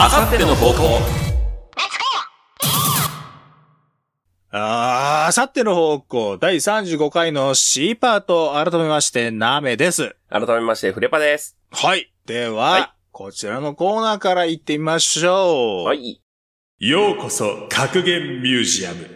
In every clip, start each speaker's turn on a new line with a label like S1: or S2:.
S1: あさっての方向
S2: あー、あさっての方向、第35回の C パート、改めまして、ナメです。
S1: 改めまして、フレパです。
S2: はい。では、
S1: はい
S2: こちらのコーナーから行ってみましょう。
S1: はい。
S2: ようこそ、格言ミュージアム。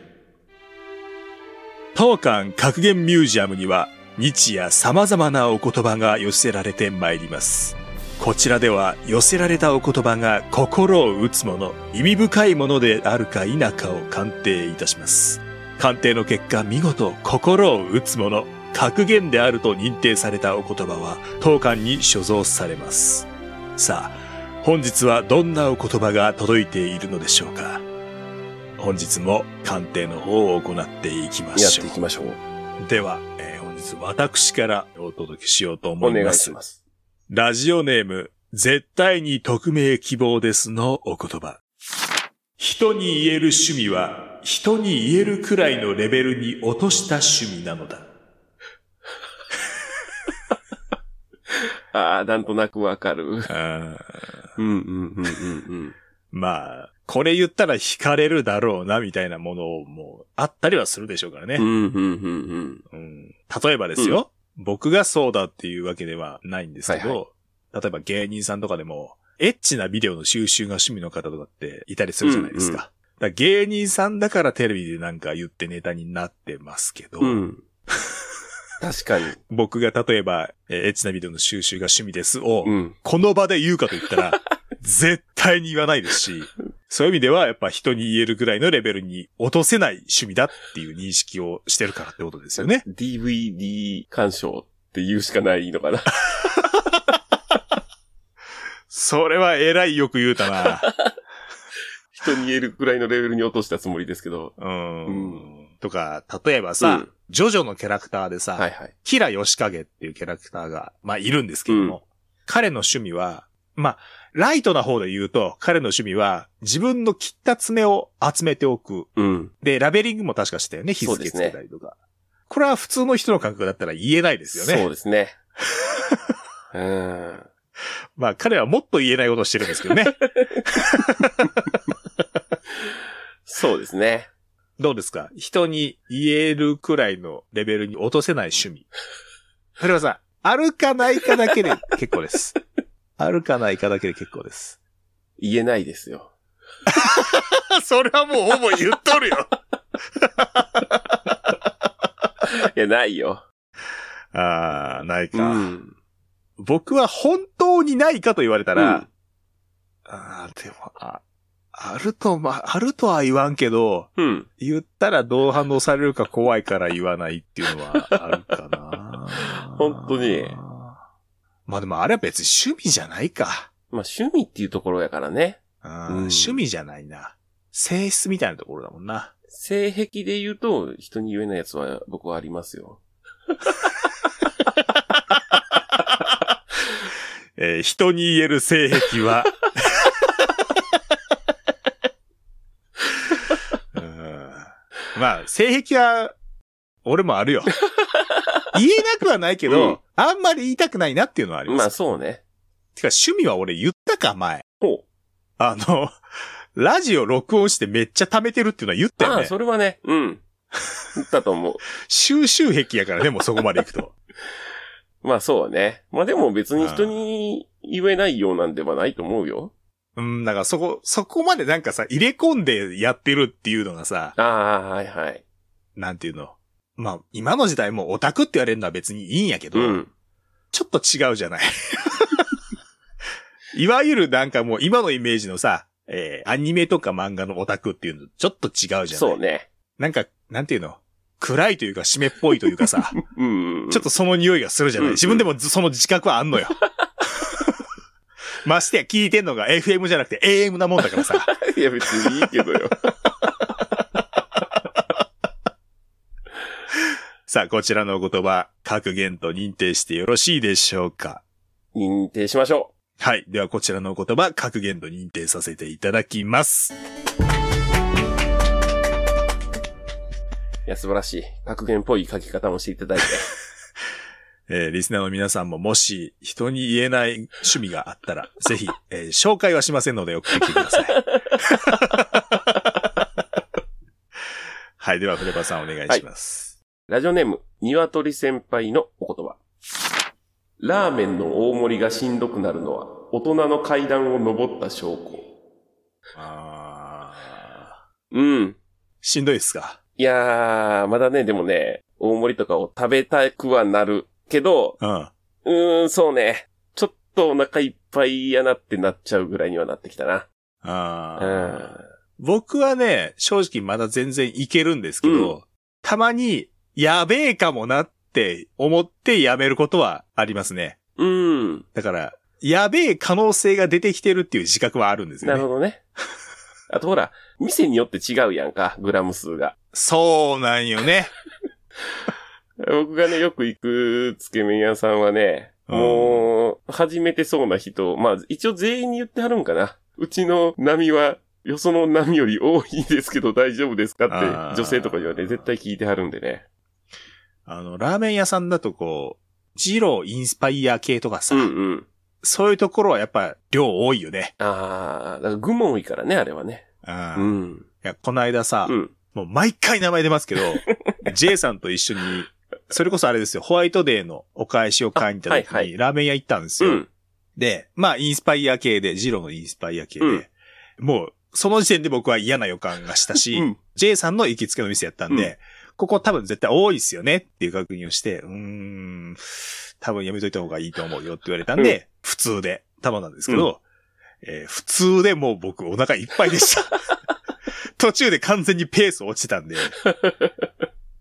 S2: 当館格言ミュージアムには、日夜様々なお言葉が寄せられてまいります。こちらでは、寄せられたお言葉が心を打つもの、意味深いものであるか否かを鑑定いたします。鑑定の結果、見事、心を打つもの、格言であると認定されたお言葉は、当館に所蔵されます。さあ、本日はどんなお言葉が届いているのでしょうか本日も鑑定の方を行っていきま
S1: やっ
S2: してょ
S1: いきましょう。
S2: う。では、えー本日私からお届けしようと思
S1: お
S2: い
S1: 願
S2: ま
S1: い
S2: す。
S1: します。
S2: ラジオネーム、絶対に匿名希望ですのお言葉。人に言える趣味は、人に言えるくらいのレベルに落とした趣味なのだ。
S1: ああ、なんとなくわかる。
S2: あー
S1: うん、うん、うん、うん、
S2: まあ、これ言ったら惹かれるだろうな、みたいなものをもう、あったりはするでしょうからね。
S1: うん。うん、うん、うん、うん。
S2: うん例えばですよ、僕がそうだっていうわけではないんですけど、
S1: はい
S2: 例えば芸人さんとかでも、エッチなビデオの収集が趣味の方とかっていたりするじゃないですか。
S1: うん
S2: だから芸人さんだからテレビでなんか言ってネタになってますけど、
S1: うん。確かに。
S2: 僕が例えば、えーエッチなビデオの収集が趣味ですを、
S1: うん。
S2: この場で言うかと言っ たら、絶対に言わないですし、そういう意味ではやっぱ人に言えるぐらいのレベルに落とせない趣味だっていう認識をしてるからってことですよね。
S1: DVD 鑑賞って言うしかないのかな。
S2: それは偉いよく言うたな。
S1: 人に言えるくらいのレベルに落としたつもりですけど。
S2: うーん。
S1: うん
S2: とか、例えばさ、
S1: うん
S2: ジョジョのキャラクターでさ、
S1: はいはい。
S2: キラヨシカゲっていうキャラクターが、まあ、いるんですけども、彼の趣味は、まあ、ライトな方で言うと、彼の趣味は、自分の切った爪を集めておく。
S1: うん。
S2: で、ラベリングも確かしたよね、日
S1: そう
S2: 付
S1: で
S2: つ
S1: すね
S2: けたりとか。これは普通の人の感覚だったら言えないですよ
S1: そう
S2: ね。
S1: です ね。うん。
S2: まあ、彼はもっと言えないことをしてるんですけどね。
S1: そうですね。
S2: どうですか人に言えるくらいのレベルに落とせない趣 味。それはさ、あるかないかだけで結構です。あるかないかだけで結構です。
S1: 言えないですよ。
S2: それはもうほぼ言っとる よ。
S1: いや、ないよ。
S2: ああ、ないか、
S1: うん。
S2: 僕は本当にないかと言われたら、
S1: うん
S2: ああ、でも、あ、あると、ま、あるとは言わんけど、
S1: うん。。
S2: 言ったらどう反応されるか怖いから言わないっていうのはあるか な
S1: 本当に。
S2: まあでもあれは別に趣味じゃないか。
S1: まあ、趣味っていうところやからね。
S2: うん
S1: うん
S2: 趣味じゃないな。性質みたいなところだもんな。
S1: 性癖で言うと、人に言えないやつは僕はありますよ。
S2: えー人に言える性癖は。 うんまあ、性癖は、俺もあ るよ。言えなくはないけど、
S1: うん
S2: あんまり言いたくないなっていうのはあります。
S1: まあ、そうね。
S2: てか、趣味は俺言ったか、前。
S1: ほう。
S2: あの、ラジオ録音してめっちゃ貯めてるっていうのは言った
S1: あ
S2: よ
S1: あ、
S2: ね。
S1: それはね。うん。だと思
S2: 収集癖やからね、もうそこまで行くと。
S1: う。 まあ、そうね。まあ、でも別に人に言えないようなんではないと思うよ。
S2: うん、だからそこ、そこまでなんかさ、入れ込んでやってるっていうのがさ、
S1: ああ、はいはい。
S2: なんていうの。まあ、今の時代もうオタクって言われるのは別にいいんやけど、
S1: うん。
S2: ちょっと違うじゃない。 いわゆるなんかもう今のイメージのさ、えーアニメとか漫画のオタクっていうのとちょっと違うじゃない。
S1: そうね。
S2: なんか、なんていうの暗いというか湿っぽいというかさ、
S1: うん。
S2: ちょっとその匂いがするじゃない。
S1: うん
S2: 自分でもずその自覚はあ んのよ。ましてや聞いてんのが FM じゃなくて AM なもんだからさ。
S1: と。いや、別にいいけどよ。
S2: さあ、こちらのお言葉、格言と認定してよろしいでしょうか
S1: 認定しましょ
S2: はい。では、こちらのお言葉、格言と認定させていただきます。
S1: う。いや、素晴らしい。格言っぽい書き方もしていただいて。
S2: えーリスナーの皆さんももし人に言えない趣味があったら、ぜひ、えー紹介はしませんので送ってきてください。はい、では、フレパさんお願いします。
S1: ラジオネーム、鶏先輩のお言葉。ラーメンの大盛りがしんどくなるのは、大人の階段を登った証拠。
S2: あ
S1: うん。
S2: ーしんどいっすか
S1: いやー、まだね、でもね、大盛りとかを食べたくはなるけど、
S2: うん。
S1: うーん、そうね。ちょっとお腹いっぱいやなってなっちゃうぐらいにはなってきたな。
S2: あ
S1: う
S2: ー
S1: ん。
S2: 僕はね、正直まだ全然いけるんですけど、たまに、やべえかもなって思ってやめることはありますね。
S1: うん。
S2: だから、やべえ可能性が出てきてるっていう自覚はあるんですよ
S1: な
S2: ね。
S1: るほどね。あとほら、店によって違うやんか、グラム数が。
S2: そうなんよね。
S1: 僕がね、よく行くつけ麺屋さんはね、
S2: うん
S1: もう、初めてそうな人、まあ、一応全員に言ってはるんかな。うちの波は、よその波より多いですけど大丈夫ですかって
S2: あー、
S1: 女性とかにはね、絶対聞いてはるんでね。
S2: あの、ラーメン屋さんだとこう、ジローインスパイア系とかさ、
S1: うんうん。
S2: そういうところはやっぱ量多いよね。
S1: ああ、だから愚問多いからね、あれはね。
S2: うん
S1: う
S2: い
S1: ん。
S2: や、この間さ、
S1: うん。
S2: もう毎回名前出ますけ ど、J さんと一緒に、それこそあれですよ、ホワイトデーのお返しを買いに行った時に、
S1: あはいは
S2: ラーメン屋行ったんです
S1: う
S2: よ。
S1: ん。
S2: で、まあ、インスパイア系で、ジローのインスパイア系で、
S1: うん
S2: もう、その時点で僕は嫌な予感がした し、
S1: うん。
S2: J さんの行きつけの店やったんで、
S1: う
S2: ここ多分絶対多いっすよねっていう確認をして、うーん、多分やめといた方がいいと思うよって言われたんで、普通で、頼んだんですけど、えー普通でもう僕お腹いっぱいで した。途中で完全にペース落ちてたんで。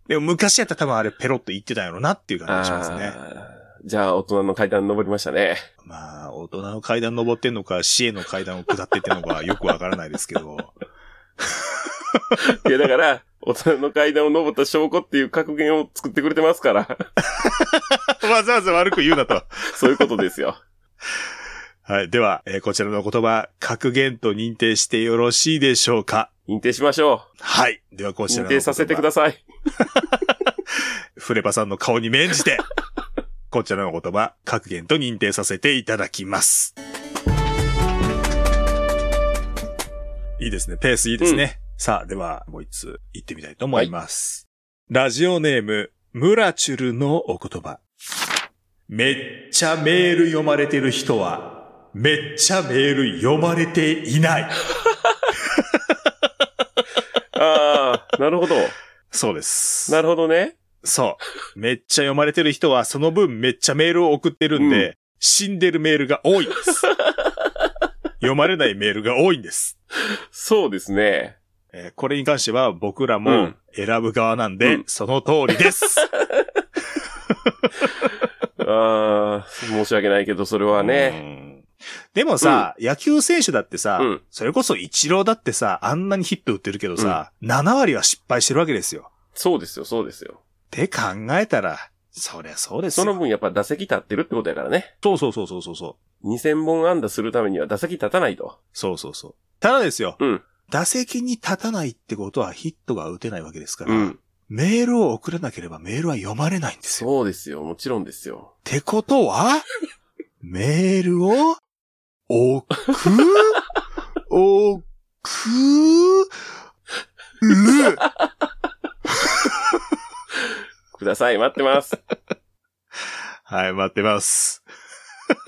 S2: でも昔やったら多分あれペロッと言ってたんやろなっていう感じがしますね。
S1: あーじゃあ、大人の階段登りましたね。
S2: まあ、大人の階段登ってんのか、死への階段を下ってってんのかよくわからないですけど。
S1: いや、だから、大人の階段を登った証拠っていう格言を作ってくれてますから、
S2: わざわざ悪く言うなと。
S1: そういうことですよ。
S2: はい。では、えーこちらの言葉、格言と認定してよろしいでしょうか
S1: 認定しましょ
S2: はい。では、こ
S1: う。
S2: ち
S1: 認
S2: らの
S1: 定させてくだ
S2: さ
S1: さい。
S2: い。フレパさんの顔に免じて、こちらの言葉、格言と認定させていただきます。いいですね。ペースいいですね。さあ、では、もう一つ行ってみたいと思います。ラジオネーム、ムラチュルのお言葉。めっちゃメール読まれてる人は、めっちゃメール読まれていない。
S1: ああ、なるほど。
S2: そうです。
S1: なるほどね。
S2: そう。めっちゃ読まれてる人は、その分めっちゃメールを送ってるんで、
S1: う
S2: 死んでるメールが多い です。読まれないメールが多いんです。
S1: そうですね。
S2: えーこれに関しては僕ら
S1: う
S2: も
S1: ん
S2: 選ぶ側なんで、
S1: うん
S2: その通り です。
S1: ああ、申し訳ないけど、それはね。
S2: ね。でもさ、野球選手だってさ、
S1: うん
S2: それこそイチローだってさ、あんなにヒット打ってるけどさ、7割は失敗してるわけですよ。
S1: そうですよ、そうですよ。
S2: って考えたら、そりゃそうです
S1: そ
S2: よ。
S1: の分やっぱ打席立ってるってことやからね。
S2: そうそうそうそうそうそう。
S1: 2000本安打するためには打席立たないと。
S2: そうそうそう。ただですよ。
S1: うん
S2: 打席に立たないってことはヒットが打てないわけですから、
S1: うん。
S2: メールを送らなければメールは読まれないんですよ。っ
S1: そうですよ、もちろんですよ。
S2: てこと は、メールを、送、 送、る。
S1: ください、待ってます。
S2: はい、待ってます。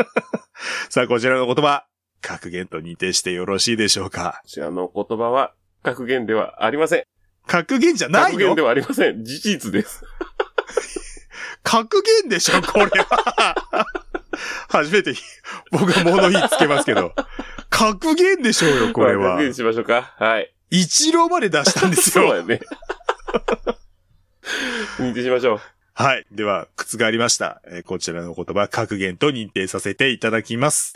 S2: さあ、こちらの言葉、格言と認定してよろしいでしょうか
S1: こちらの言葉は、格言ではありません。
S2: 格言じゃない
S1: 格
S2: よ
S1: 言ではありません。事実です。
S2: 格言でし ょ、これは。初めて僕は物言いつけますけど。格言でしょうよ、これ
S1: まあ
S2: は
S1: 格。言しましょうか。はい。
S2: 一郎まで出したんです
S1: そう
S2: よ。
S1: やね。認定しましょう。
S2: はい。では、覆りました。えーこちらの言葉、格言と認定させていただきます。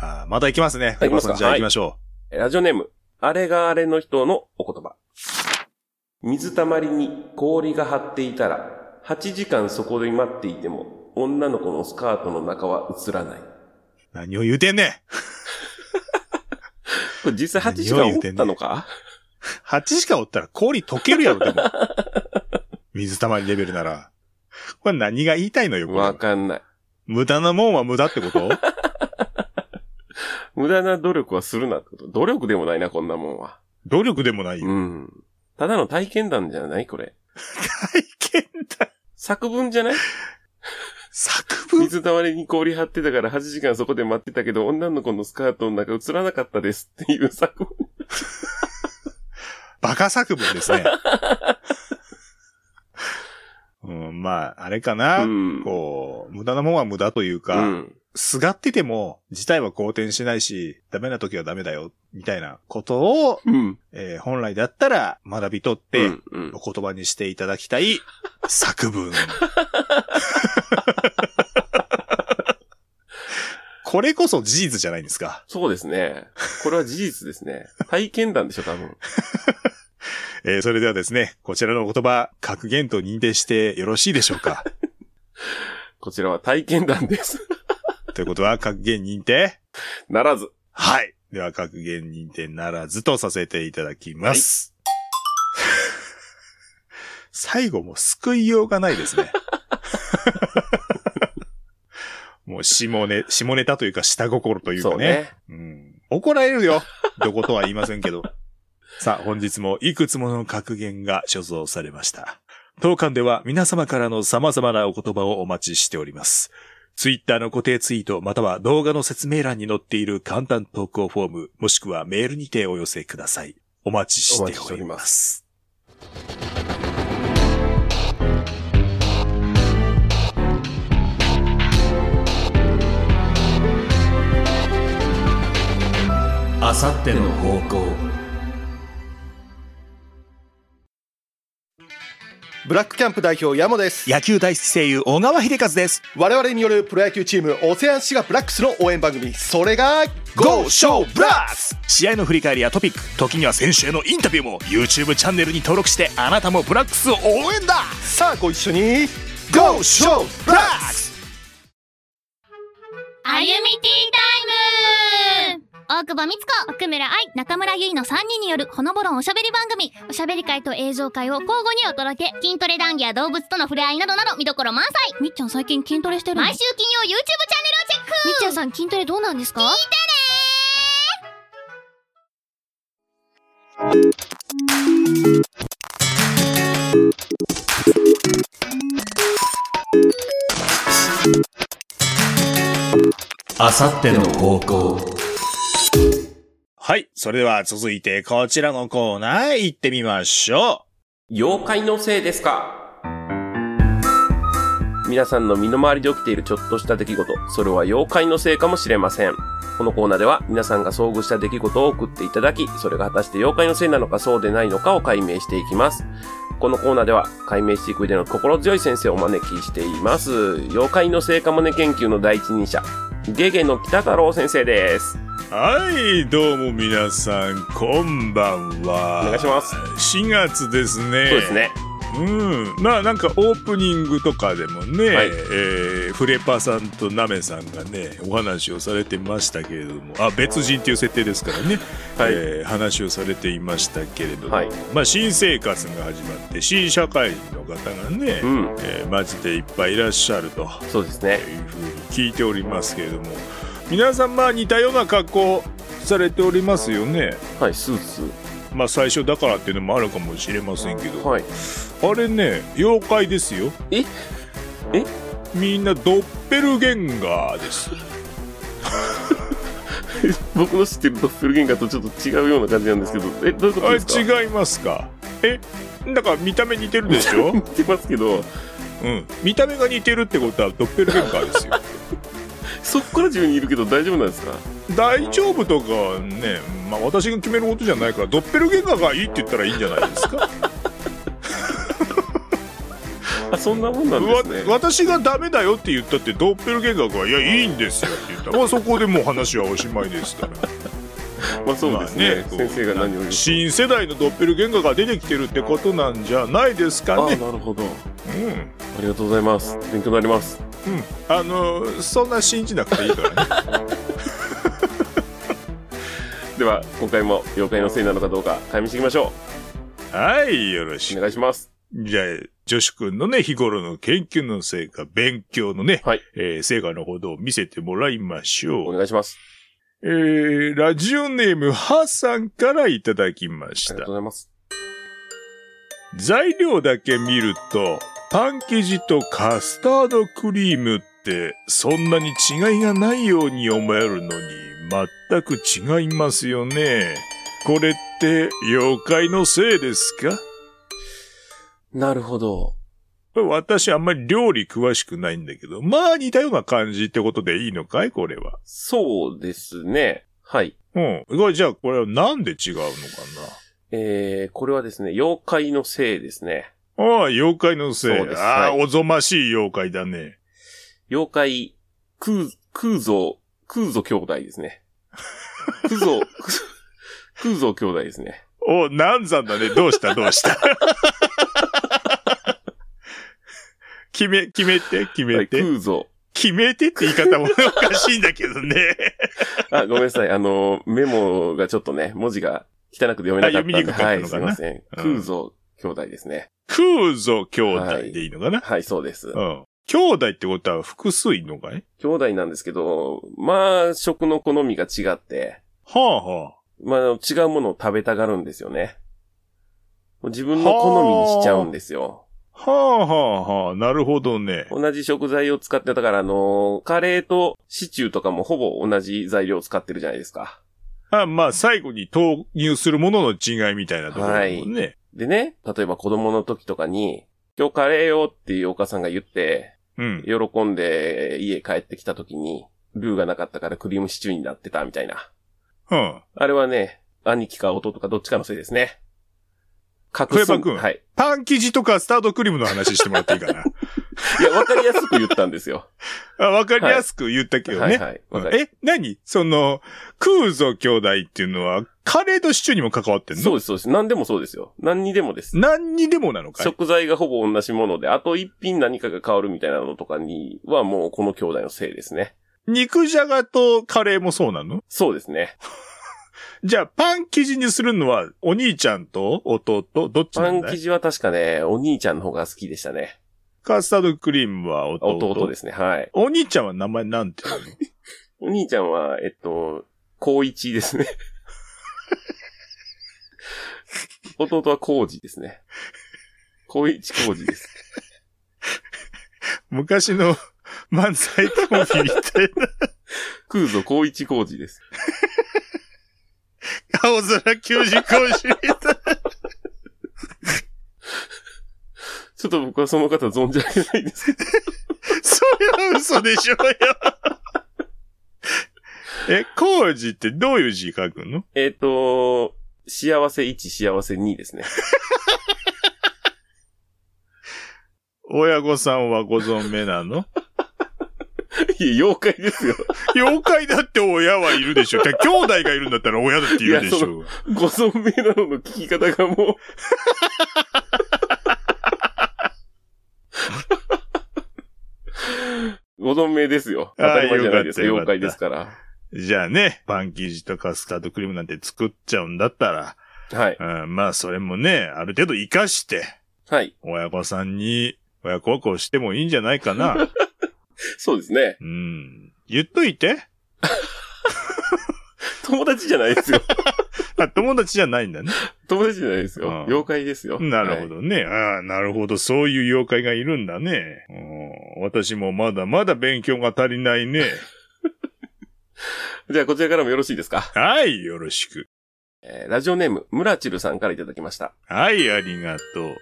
S2: あーまた行きますね。
S1: はい行きます
S2: さ
S1: か
S2: ん、じゃあ行きましょ
S1: ラジオネーム、あれがあれの人のお言葉。水たまりに氷が張っていたら、8時間そこで待っていても、女の子のスカートの中は映らない。
S2: う。何を言うてんねん。
S1: これ実際8時間おったのか、
S2: 8時間おったら氷溶けるやろ、でも。水溜りレベルなら。これ何が言いたいのよ、これ
S1: わかんない。
S2: 無駄なもんは無駄ってこと
S1: 無駄な努力はするなってこと。努力でもないな、こんなもんは。
S2: 努力でもないよ。
S1: うん。ただの体験談じゃないこれ。
S2: 体験だ。
S1: 作文 じゃない
S2: 作文
S1: 水溜りに氷張ってたから8時間そこで待ってたけど、女の子のスカートの中映らなかったですっていう作文。
S2: バカ作 文ですね。うん、まあ、あれかな、
S1: うん
S2: こう、無駄なもんは無駄という
S1: う
S2: か、
S1: ん。
S2: すがってても、事態は好転しないし、ダメな時はダメだよ、みたいなことを、
S1: うん。
S2: えー本来だったら学び取って、
S1: うん、うん。
S2: お言葉にしていただきたい 作文。これこそ事実じゃないですか。
S1: そうですね。これは事実です ね。体験談でしょ、多分。
S2: えーそれではですね、こちらのお言葉、格言と認定してよろしいでしょ うか。
S1: こちらは体験談です。
S2: ということは、格言認定
S1: ならず。
S2: はい。では、格言認定ならずとさせていただきます。最後も救いようがないで すね。もう下ネ、下ネタというか下心というか
S1: そうね。
S2: うん怒られるよ。どことは言いませんけど。 さあ、本日もいくつもの格言が所蔵されました。当館では皆様からの様々なお言葉をお待ちしております。ツイッターの固定ツイートまたは動画の説明欄に載っている簡単投稿フォームもしくはメールにてお寄せください。お待ちしてお
S1: お
S2: ります。
S1: 待ちしておりま
S2: あさっての方向
S3: ブラックキャンプ代表ヤモです
S2: 野球大好き声優小川秀和です。
S3: 我々によるプロ野球チームオセアンシガブラックスの応援番組それが
S2: Go
S3: GO!
S2: Show Blacks! 試合の振り返りやトピック時には選手へのインタビューも YouTube チャンネルに登録してあなたもブラックスを応援だ
S3: さあご一緒に GO! SHOW ブラックス
S4: あゆみティータイム大久保美津子、奥村愛、中村ゆいの3人によるほのぼろんおしゃべり番組おしゃべり会と映像会を交互にお届け筋トレ談義や動物との触れ合いなどなど見どころ満載みっちゃん最近筋トレしてる毎週金曜 YouTube チャンネルをチェックみっちゃんさん筋トレどうなんですか聞いてね
S2: あさっての方向はい、それでは続いてこちらのコーナーへ行ってみましょ
S1: 妖怪のせいですか皆さんの身の回りで起きているちょっとした出来事、それは妖怪のせいかもしれません。このコーナーでは皆さんが遭遇した出来事を送っていただき、それが果たして妖怪のせいなのかそうでないのかを解明していきます。このコーナーでは解明していく上での心強い先生をお招きしています。妖怪のせいかもね研究の第一人者、ゲゲの北太郎先生です。
S2: うはい、どうも皆さん、こんばんは
S1: お願いします。
S2: す。4月ですね。
S1: そうですね。
S2: うん、まあなんかオープニングとかでもね、
S1: はい
S2: えーフレパさんとナメさんがねお話をされてましたけれどもあ別人っていう設定ですからね、
S1: はい
S2: えー話をされていましたけれども、
S1: はい
S2: まあ、新生活が始まって新社会人の方がね、
S1: うん。
S2: えーマジでいっぱいいらっしゃると
S1: そうですね。
S2: いうふうに聞いておりますけれども皆さんまあ似たような格好されておりますよね。
S1: はい、スーツ。
S2: まあ最初だからっていうのもあるかもしれませんけど、
S1: はい。
S2: あれね妖怪ですよ
S1: ええ
S2: みんなドッペルゲンガーです
S1: 僕の知ってるドッペルゲンガーとちょっと違うような感じなんですけど、え、どういうこと
S2: あ
S1: ですか
S2: れ違いますかえだから見た目似てるでし ょ
S1: 似てますけど、
S2: うん見た目が似てるってことはドッペルゲンガーですよ
S1: そこから自分にいるけど大丈夫なんですか
S2: 大丈夫とかはねまあ私が決めることじゃないからドッペルゲンガーがいいって言ったらいいんじゃないですか
S1: あ、 そんなもんなんです
S2: わ
S1: ね。
S2: 私がダメだよって言ったってドッペルゲンガーが「いやいいんですよ」って言 ったら、まあ、そこでもう話はおしまいですから
S1: まあそうですね。
S2: まあ
S1: 先生が何を言うと。
S2: 新世代のドッペルゲンガーが出てきてるってことなんじゃないです
S1: あ
S2: か
S1: な
S2: ね
S1: るほど。
S2: うん
S1: ありがとうございます。勉強になります。
S2: うんあのそんな信じなくていいから ね
S1: では、今回も妖怪のせいなのかどうか、解明していきましょ
S2: はいよろ
S1: う。
S2: し
S1: お
S2: く
S1: 願いします。
S2: じゃあ女子くんのね、日頃の研究の成果、勉強のね、
S1: はい
S2: えー成果のほどを見せてもらいまし
S1: お
S2: ょう。
S1: 願いします。
S2: えー、ラジオネーム、はさんからいただきまし
S1: ありが
S2: た
S1: とう。ございます。
S2: 材料だけ見ると、パン生地とカスタードクリームってそんなに違いがないように思えるのに全く違いますよね。これって妖怪のせいですか
S1: なるほど。
S2: 私あんまり料理詳しくないんだけど、まあ似たような感じってことでいいのかいこれは。
S1: そうですね。はい。
S2: うん。これじゃあこれはなんで違うのか
S1: えー、これはですね、妖怪のせいですね。
S2: なああ、妖怪のせい。
S1: そうです
S2: ああ、
S1: はい
S2: おぞましい妖怪だね。
S1: 妖怪、空、空像、空像兄弟です ね。空像、空像兄弟ですね。
S2: お、難産だね。どうしたどうした決め、決めて、決
S1: は
S2: め
S1: い、
S2: て。
S1: 空像。
S2: 決めてって言い方もおかしいんだけどね。
S1: あ、ごめんなさい。あの、メモがちょっとね、文字が汚くて読めなかったんで。
S2: あ読みにくかったのかな
S1: はい、すいません。
S2: うん
S1: 空像兄弟ですね。
S2: 空ぞ兄弟でいいのかな、
S1: はい、そうです。
S2: うん。兄弟ってことは複数いんのかい
S1: 兄弟なんですけど、まあ、食の好みが違って、
S2: はあは
S1: まあ、違うものを食べたがるんですよね。自分の好みにしちゃうんですよ。
S2: あ。はあはあはあ。なるほどね。
S1: 同じ食材を使って、だからあのーカレーとシチューとかもほぼ同じ材料を使ってるじゃないですか。
S2: あまあ、最後に投入するものの違いみたいなところだもんね。
S1: でね、例えば子供の時とかに、今日カレーよっていうお母さんが言って、
S2: うん。
S1: 喜んで家帰ってきた時に、ルーがなかったからクリームシチューになってたみたいな。
S2: うん。
S1: あれはね、兄貴か弟かどっちかのせいですね。
S2: 小
S1: 隠す。
S2: 山君
S1: はい。
S2: パン生地とかスタートクリームの話してもらっていいか な。
S1: いや、わかりやすく言ったんですよ。
S2: あわかりやすく言ったけどね。
S1: はいはい。わかり
S2: え、何その、空ぞ兄弟っていうのは、カレーとシチューにも関わってんの
S1: そうです、そうです。何でもそうですよ。何にでもです。
S2: 何にでもなのかい
S1: 食材がほぼ同じもので、あと一品何かが変わるみたいなのとかにはもうこの兄弟のせいですね。
S2: 肉じゃがとカレーもそうなの
S1: そうですね。
S2: じゃあ、パン生地にするのは、お兄ちゃんと弟、どっち
S1: パ
S2: なん
S1: ン
S2: だ
S1: 生
S2: い
S1: 地は確かね、お兄ちゃんの方が好きでしたね。
S2: カスタードクリームは弟。。
S1: 弟ですすね。はい。
S2: お兄ちゃんは名前なんて言うの
S1: お兄ちゃんは、えっと、高一です ね。弟は高二ですね。高一高二です。
S2: 昔の漫才コンビみたいな、
S1: 空ぞ高一高二です。
S2: 青空球児講師みたいな。
S1: ちょっと僕はその方存じ上げないですけど。
S2: それは嘘でしょうよ。 え、コウジってどういう字書くの
S1: えっと、幸せ1、幸せ2ですね。
S2: 親御さんはご存命なの
S1: いや、妖怪ですよ。
S2: 妖怪だって親はいるで しょ。てか兄弟がいるんだったら親だっているでし
S1: いやそ
S2: ょ。
S1: ご存命なのの聞き方がもう。ご存命ですよ。当たり前じゃないですか。
S2: あーよか
S1: 妖
S2: ったよかった
S1: 怪ですから。
S2: じゃあね、パン生地とカスタードクリームなんて作っちゃうんだったら、
S1: はい。
S2: うん、まあそれもね、ある程度活かして、
S1: はい。
S2: 親御さんに親孝行してもいいんじゃない かな。
S1: そうですね。
S2: うん。言っといて。
S1: 友達じゃない ですよ。
S2: あ、友達じゃないんだね。
S1: 友達じゃないですよ
S2: うん。
S1: 妖怪です よ。
S2: なるほ
S1: はい。
S2: どね。ああ、なるほど。そういう妖怪がいるんだね。うん私もまだまだ勉強が足りないね。
S1: じゃあ、こちらからもよろしいですか。
S2: はい、よろしく。
S1: えーラジオネーム、ムラチルさんからいただきました。
S2: はい、ありがとう。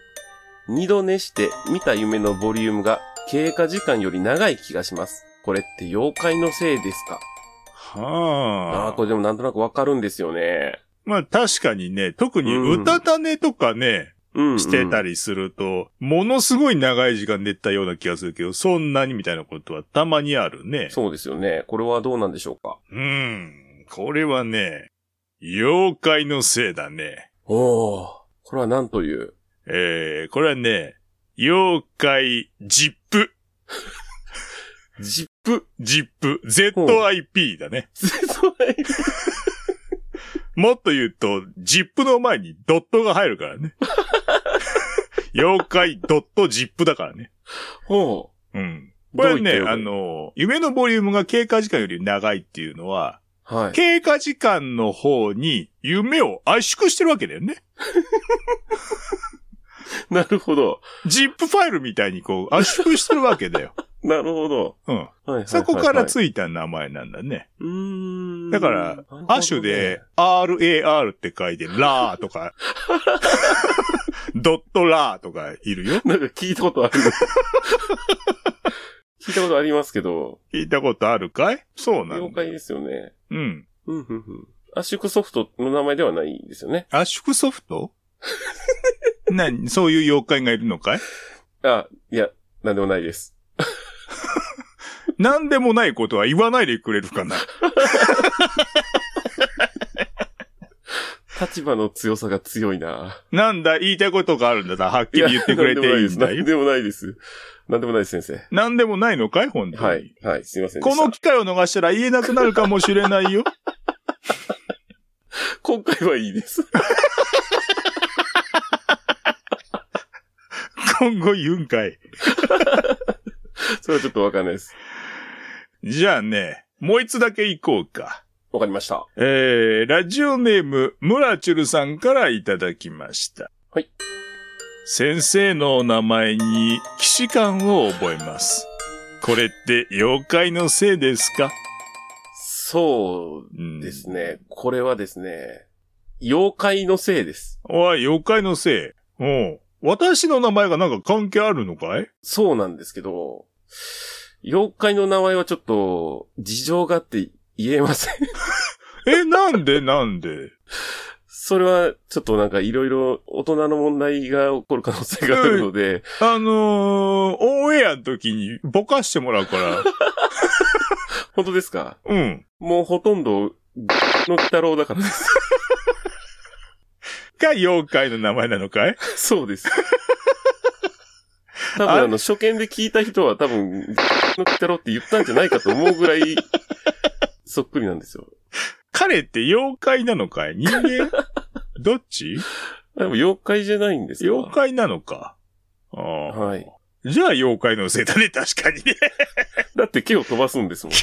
S1: 二度寝して見た夢のボリュームが経過時間より長い気がします。これって妖怪のせいですかああー、
S2: はあ
S1: こ。れでもなんとなくわかるんですよね。
S2: まあ確かにね、特に
S1: うん
S2: うたた寝とかね、
S1: うん、うん。
S2: してたりすると、ものすごい長い時間寝たような気がするけど、そんなにみたいなことはたまにあるね。
S1: そうですよね。これはどうなんでしょうか。
S2: うん。これはね、妖怪のせいだね。
S1: おー。これはなんと いう。
S2: えー、これはね、妖怪ジップ。
S1: ジップ。
S2: ジップ。ZIP だね。 もっと言うと、ジップの前にドットが入るからね。妖怪 .zip だからね。
S1: ほ
S2: うん。これはね
S1: どういった妖、怪
S2: あの、夢のボリュームが経過時間より長いっていうのは、
S1: う。はい。
S2: 経過時間の方に夢を圧縮してるわけだよね。
S1: なるほど。
S2: zip ファイルみたいにこう圧縮してるわけだよ。
S1: なるほど。
S2: うん。
S1: はいはいはいはい
S2: そこからついた名前なんだね。
S1: うーん。
S2: だから
S1: なるほどね
S2: アシュで、RAR って書いて、ラー とか、ドットラーとかいるよ。
S1: なんか聞いたことある。 聞いたことありますけど、
S2: 聞いたことあるかいそうなん
S1: 妖
S2: だ。
S1: 怪ですよね。
S2: うん。
S1: うん、うん、うん。圧縮ソフトの名前ではないですよね。
S2: 圧縮ソフト 何そういう妖怪がいるのかい
S1: あ、いや、なんでもないです。
S2: 何でもないことは言わないでくれるかな。
S1: 立場の強さが強いな。
S2: なんだ、言いたいことがあるんだな。はっき
S1: い
S2: り
S1: や
S2: 言ってくれていいんだ
S1: なん
S2: よ。
S1: でもないです。なんでもないです、なんでもないです先生。
S2: 何でもないのかい本当に。
S1: はい。はい、すいませんで
S2: こ
S1: した。
S2: の機会を逃したら言えなくなるかもしれないよ。
S1: 今回はいいです。
S2: 今後言うんかい。
S1: それはちょっとわかんないです。
S2: じゃあね、もう一つだけ行こうか。
S1: わかりました。
S2: えー、ラジオネーム、ムラチュルさんからいただきました。
S1: はい。
S2: 先生のお名前に、騎士感を覚えます。これって妖怪のせいですか、
S1: そう
S2: うん
S1: です。ね。これはですね、妖怪のせいです。
S2: おい、妖怪のせい。うん。私の名前がなんか関係あるのかい
S1: そうなんですけど、妖怪の名前はちょっと、事情があって言えません。
S2: え、なん でなんで
S1: それは、ちょっとなんかいろいろ大人の問題が起こる可能性があるので、
S2: あのー、オンエアの時にぼかしてもら うから。
S1: 本当ですか
S2: うん。
S1: もうほとんど、の鬼太郎だからです。
S2: が妖怪の名前なのかい
S1: そうです。多分あの、初見で聞いた人は多分、の鬼太郎って言ったんじゃないかと思うぐらい、 そっくりなんですよ。
S2: 彼って妖怪なのかい人 間どっち
S1: でも妖怪じゃないんですか
S2: 妖怪なのか。あ
S1: はい。
S2: あ。じゃあ妖怪のせいだね、 確かにね。
S1: だって毛を飛ばすんですもん。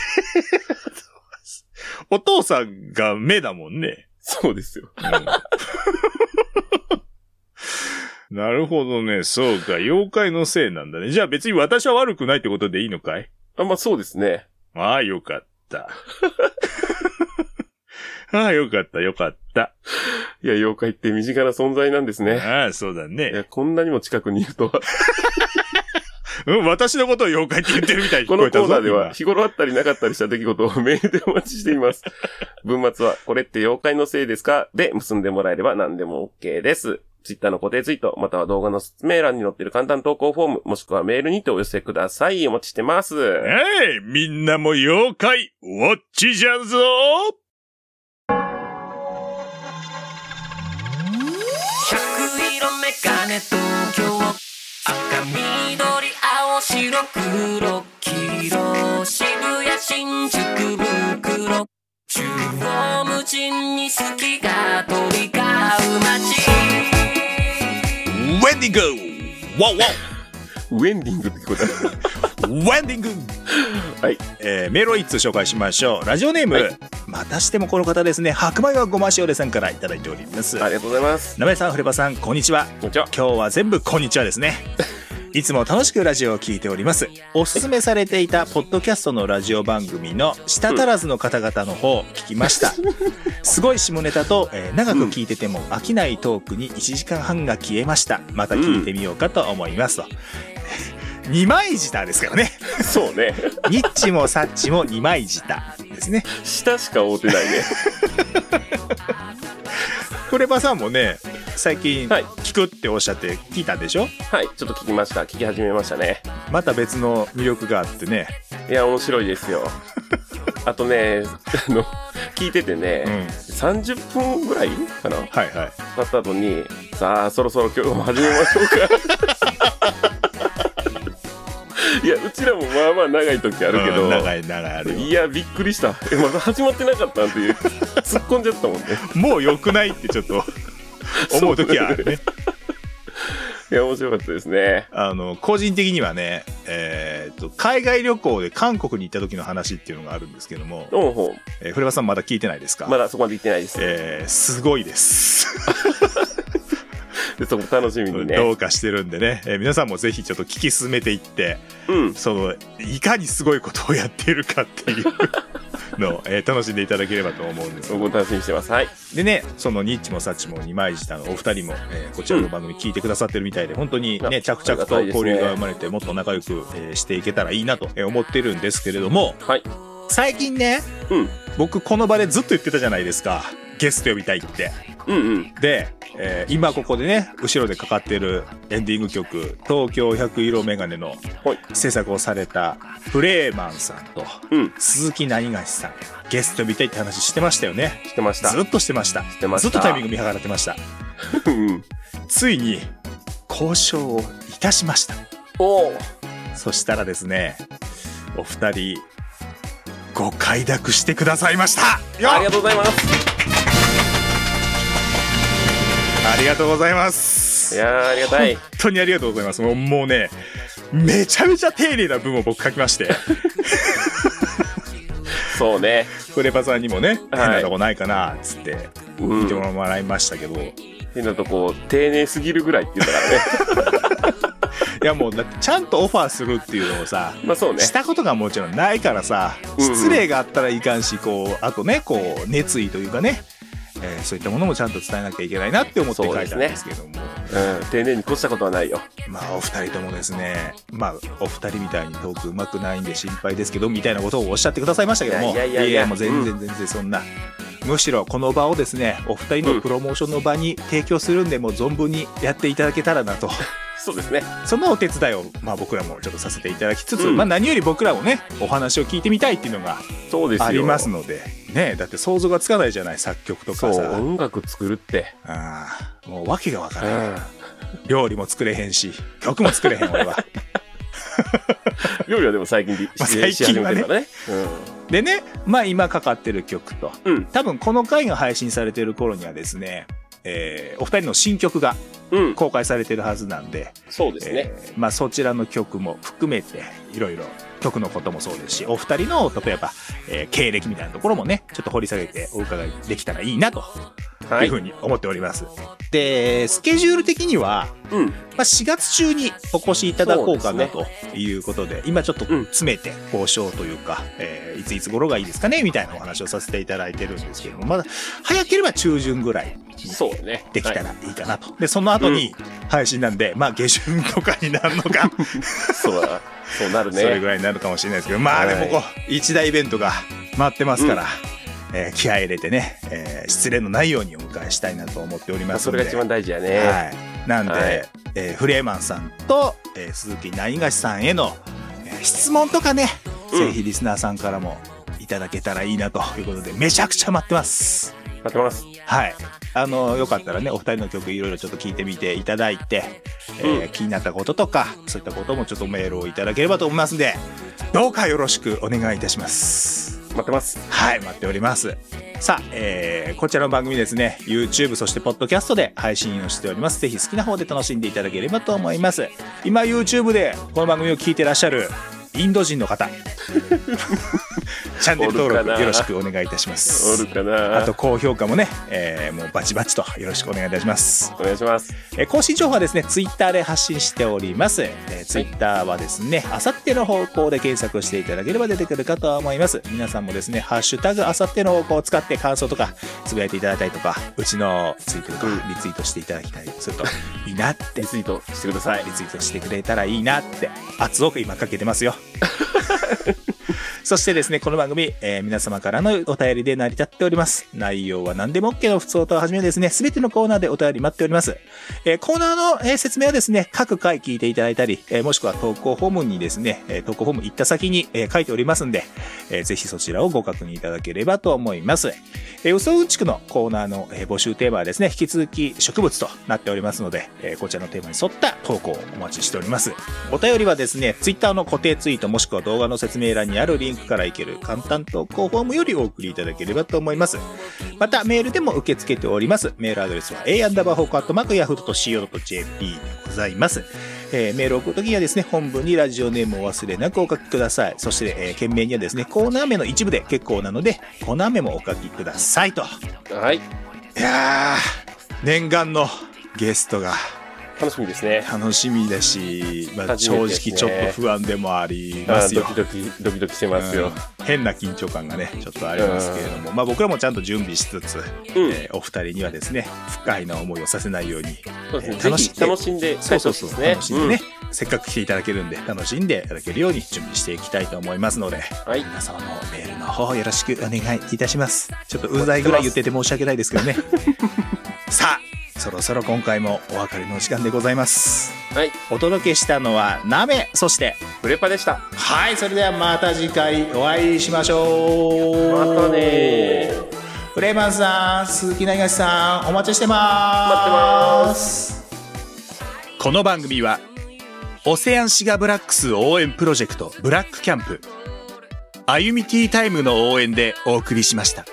S2: お父さんが目だもんね。
S1: そうですよ。
S2: なるほどね、そうか、妖怪のせいなんだね。じゃあ別に私は悪くないってことでいいのかい
S1: あ、まあそうですね。
S2: ああ、よかった。 ああ、よかった、よかった。
S1: いや、妖怪って身近な存在なんですね。
S2: ああ、そうだ
S1: いや、
S2: ね。
S1: こんなにも近くにいるとは。
S2: うん、私のことを妖怪って言ってるみたいに
S1: こ
S2: 聞こ
S1: の
S2: えた
S1: コ
S2: ぞ。
S1: ーナーでは
S2: 今
S1: 日頃あったりなかったりした出来事を メールでお待ちしてい ます。文末は、これって妖怪のせいですかで結んでもらえれば何でも OK です。ツイッターの固定ツイート、または動画の説明欄に載っている簡単投稿フォーム、もしくはメールにてお寄せください。お待ちしてます。
S2: ええ、みんなも妖怪、ウォッチじゃんぞ
S5: 百色メガネ東京赤緑青白黒黄色渋谷新宿袋中央無尽に好きが飛び交う街
S2: ウェンディングワンワン
S1: ウェンディングって聞こえ
S2: ウェンディング
S1: はい。
S2: えー、メールを一通紹介しましょう。ラジオネーム、
S1: はい
S2: またしてもこの方ですね、白米はごま塩でさんからいただいております。
S1: た。ありがとうござい ます。
S2: なべさん、フレバさん、こんにちは。
S1: こんにちは。
S2: 今日は全部こんにちはです ね。いつも楽しくラジオを聞いております。おすすめされていたポッドキャストのラジオ番組の舌足らずの方々の方聞きました。すごい下ネタと、えー長く聞いてても飽きないトークに1時間半が消えました。また聞いてみようかと思いますと。二枚舌ですからね。
S1: そうね。
S2: ニッチもサッチも二枚舌ですね。
S1: 下しか覆 ってないね。
S2: こればさんもね、最近
S1: はい
S2: 聞くっておっしゃって聞いたんでしょ
S1: はい。ちょっと聞きました。聞き始めましたね。
S2: また別の魅力があってね。
S1: いや、面白い ですよ。あとね、あの、聞いててね、
S2: うん
S1: 30分ぐらいかな
S2: はいはい。
S1: 経った後に、さあ、そろそろ今日も始めましょ うか。いや、うちらもまあまあ長い時あるけ
S2: う
S1: ど、
S2: ん長い長いあるよ
S1: いや、びっくりした。え、まだ始まってなかったんって いう、突っ込んじゃったもんね。
S2: もう良くないってちょっと思う時はあるね。
S1: いいや、面白かったですね。
S2: あの、個人的にはね、えーっと、海外旅行で韓国に行った時の話っていうのがあるんですけども、
S1: うん、ほ
S2: えー、フレバさんまだ聞いてないですか
S1: うまだそこまで行ってないです。
S2: えーすごいです。
S1: で、そこ楽しみに
S2: ど
S1: ね。
S2: うかしてるんでね、えー皆さんもぜひちょっと聞き進めていって、
S1: うん。
S2: その、いかにすごいことをやっているかっていうのを、えー楽しんでいただければと思うんです
S1: そこ楽しみにしてます。はい。
S2: でね、そのニッチもサッチも二枚舌のお二人も、えーこちらの番組聞いてくださってるみたいで、本当にね、
S1: あ
S2: 着々と交流が生まれて、もっと仲良く、えーしていけたらいいなとえー思ってるんですけれども、
S1: はい。
S2: 最近ね、
S1: うん
S2: 僕この場でずっと言ってたじゃないですか。ゲスト呼びたいって。
S1: うんうん。
S2: で、えー今ここでね後ろでかかってるエンディング曲「東京百色メガネ」の
S1: はい。
S2: 制作をされたフレーマンさんと
S1: うん。
S2: 鈴木何がしさんゲスト呼びたいって話してましたよね
S1: してました。
S2: ずっとしてました
S1: てました
S2: ずっとタイミング見計らってました
S1: うん。
S2: ついに交渉をいたしました
S1: おお。
S2: そしたらですねお二人ご快諾してくださいましたよ
S1: ありがとうございます。
S2: ありがとうございます
S1: いやー、ありがたい。
S2: 本当にありがとうございます。もうもうね、めちゃめちゃ丁寧な文を僕書き まして、
S1: そうね。
S2: フレパさんにもね、変
S1: はい
S2: なとこないかな、つって
S1: う
S2: 言って
S1: ん。
S2: もらいましたけど、い
S1: 変なとこ、丁寧すぎるぐらいって言ったからね。
S2: やもうだってちゃんとオファーするっていうのをさ、
S1: まあそうね。
S2: したことがもちろんないからさ、
S1: うんうん
S2: 失礼があったらいかんし、こう、あとね、こう、熱意というかね、えーそういったものもちゃんと伝えなきゃいけないなって思って書いたんですけども、
S1: うん。丁寧に越したことはないよ。
S2: まあお二人ともですね、まあお二人みたいにトークうまくないんで心配ですけどみたいなことをおっしゃってくださいましたけども、
S1: いやいやいやいや
S2: もう全然全然そんな。むしろこの場をですね、お二人のプロモーションの場に提供するんで、もう存分にやっていただけたらな と、
S1: そうですね。
S2: そのお手伝いを、まあ僕らもちょっとさせていただきつつ、
S1: うん
S2: まあ何より僕らもね、お話を聞いてみたいっていうのが
S1: そうですよ。
S2: ありますので、ね、だって想像がつかないじゃない、作曲と
S1: そ
S2: か
S1: う、
S2: さ。
S1: 音楽作るって。
S2: あーもう訳がわか
S1: う
S2: らない。
S1: ん。
S2: 料理も作れへんし、曲も作れへん、俺は。
S1: 料理はでも最近し、
S2: まあ最近は
S1: し始め
S2: ね
S1: てるからね。
S2: でね、まあ今かかってる曲と、
S1: うん
S2: 多分この回が配信されてる頃にはですね、えーお二人の新曲が
S1: うん。うん。
S2: 公開されてるはずなんで、
S1: そうですね。
S2: えーまあそちらの曲も含めて、いろいろ曲のこともそうですし、お二人の例えば、えー経歴みたいなところもね、ちょっと掘り下げてお伺いできたらいいなと
S1: は
S2: いう
S1: い。
S2: ふ
S1: う
S2: うに思っております。で、スケジュール的には、
S1: ん。
S2: まあ、4月中にお越しいただこうかなということで今ちょっと
S1: うん
S2: 詰めて交渉というか、えーいついつ頃がいいですかねみたいなお話をさせていただいてるんですけどもまだ早ければ中旬ぐらい
S1: そうね。
S2: できた
S1: は
S2: らいいかなと、でその後に配信なんで、まあ下旬とかになるの か、
S1: い。そうだ。そうなる
S2: それぐ
S1: ね。
S2: らいになるかもしれないですけどまあでもこう一大イベントが待ってますから。えー気合い入れてね、えー失礼のないようにお迎えしたいなと思っており
S1: ま
S2: ま
S1: あ
S2: す
S1: そ
S2: の
S1: れ
S2: で
S1: が一番大事やね。
S2: はい、なんで、
S1: はい
S2: えーフレーマンさんと、えー鈴木何がしさんへの、えー質問とかね、
S1: うん
S2: ぜひリスナーさんからもいただけたらいいなということでめちゃくちゃ待ってます
S1: 待ってます。
S2: はいあのよかったらねお二人の曲いろいろちょっと聞いてみていただいて、えー
S1: うん
S2: 気になったこととかそういったこともちょっとメールをいただければと思いますんでどうかよろしくお願いいたします
S1: 待ってます。
S2: はい、待っております。さあ、えーこちらの番組ですね、YouTube、そして Podcast で配信をしております。ぜひ好きな方で楽しんでいただければと思います。今、YouTube でこの番組を聞いてらっしゃるインド人の 方、チャンネル登
S1: おるか
S2: 録
S1: な
S2: よろしくお願いいたしま
S1: おる
S2: す。
S1: かな
S2: あと、高評価もね、えーもうバチバチとよろしくお願いいたします。
S1: お願いします。
S2: えー更新情報はですね、ツイッターで発信しております。えー、ツイッターはですね、あさっての方向で検索していただければ出てくるかと思います。皆さんもですね、ハッシュタグあさっての方向を使って感想とか、つぶやいていただいたりとか、うちのツイートとか、リツイートしていただきたりするといいなって。
S1: リツイートしてください
S2: リ。ツイートしてくれたらいいなって、圧を今かけてますよ。そしてですね、この番組、えー皆様からのお便りで成り立っております。内容は何でも OK の普通とはじめですね、すべてのコーナーでお便り待っております。えーコーナーの、えー説明はですね、各回聞いていただいたり、えーもしくは投稿フォームにですね、えー投稿フォーム行った先に、えー書いておりますんで、えーぜひそちらをご確認いただければと思います。えー、うそうんちくのコーナーの、えー募集テーマはですね、引き続き植物となっておりますので、えーこちらのテーマに沿った投稿をお待ちしております。お便りはですね、Twitter の固定ツイートもしくは動画の説明欄にあるリンクからいける簡単投稿フォームよりお送りいただければと思います。またメールでも受け付けております。メールアドレスは a アンダーバーホークアットマークヤフー .co.jp でございます。えーメールを送るときにはですね、本文にラジオネームを忘れなくお書きください。そして、えー件名にはですね、コーナー名の一部で結構なので、コーナー名もお書きくださいと。
S1: はい。
S2: いやー、念願のゲストが
S1: 楽しみですね。
S2: 楽しみだし、まあ、
S1: 初
S2: 正
S1: めて
S2: 直
S1: ですね
S2: ちょっと不安でもあり
S1: あ
S2: ま
S1: ー
S2: すよ。
S1: ドキドキ、ドキドキしてますよ。
S2: うん変な緊張感がねちょっとありますけれども、まあ、僕らもちゃんと準備しつつ、
S1: うん
S2: えーお二人にはですね不快な思いをさせないように
S1: そうですね。
S2: えー
S1: ぜ
S2: 楽し
S1: ひ楽しんで帰
S2: そう
S1: って
S2: そ
S1: ほ
S2: う
S1: し
S2: そ
S1: いうですね。
S2: 楽しんでね、せっかく来ていただけるんで楽しんでいただけるように準備していきたいと思いますので
S1: うん。はい。
S2: 皆様のメールの方よろしくお願いいたしますちょっとうざいぐらい言ってて申し訳ないですけ どねさあそろそろ今回もお別れのお時間でございます
S1: はい。
S2: お届けしたのはナメそして
S1: フレパでした。
S2: はいそれではまた次回お会いしましょう
S1: またねー。
S2: フレーマンさん鈴木長さんお待ちしてます待ってますこの番組はオセアンシガブラックス応援プロジェクトブラックキャンプ歩みティータイムの応援でお送りしました